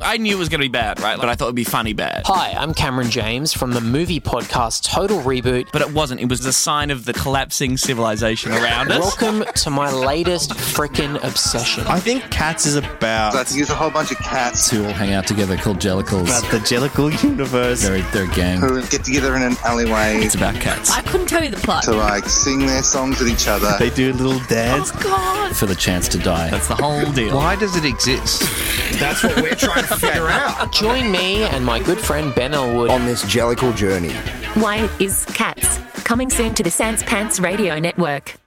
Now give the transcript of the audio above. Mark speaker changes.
Speaker 1: I knew it was going to be bad, right? But I thought it would be funny bad.
Speaker 2: Hi, I'm Cameron James from the movie podcast Total Reboot.
Speaker 1: But it wasn't. It was a sign of the collapsing civilization around us.
Speaker 2: Welcome to my latest frickin' obsession.
Speaker 3: I think Cats is about
Speaker 4: Let's use a whole bunch of cats
Speaker 5: Two all hang out together called Jellicles.
Speaker 3: about the Jellicle universe.
Speaker 5: They're, they're a gang.
Speaker 4: who get together in an alleyway
Speaker 5: It's about cats.
Speaker 6: I couldn't tell you the plot.
Speaker 4: to like sing their songs with each other.
Speaker 3: They do a little dance.
Speaker 6: Oh God!
Speaker 5: For the chance to die.
Speaker 1: That's the whole deal.
Speaker 7: Why does it exist?
Speaker 8: That's what we're trying to figure out.
Speaker 2: Join me and my good friend Ben Elwood
Speaker 8: On this jellicle journey.
Speaker 9: Why is Cats? Coming soon to the Sans Pants Radio Network.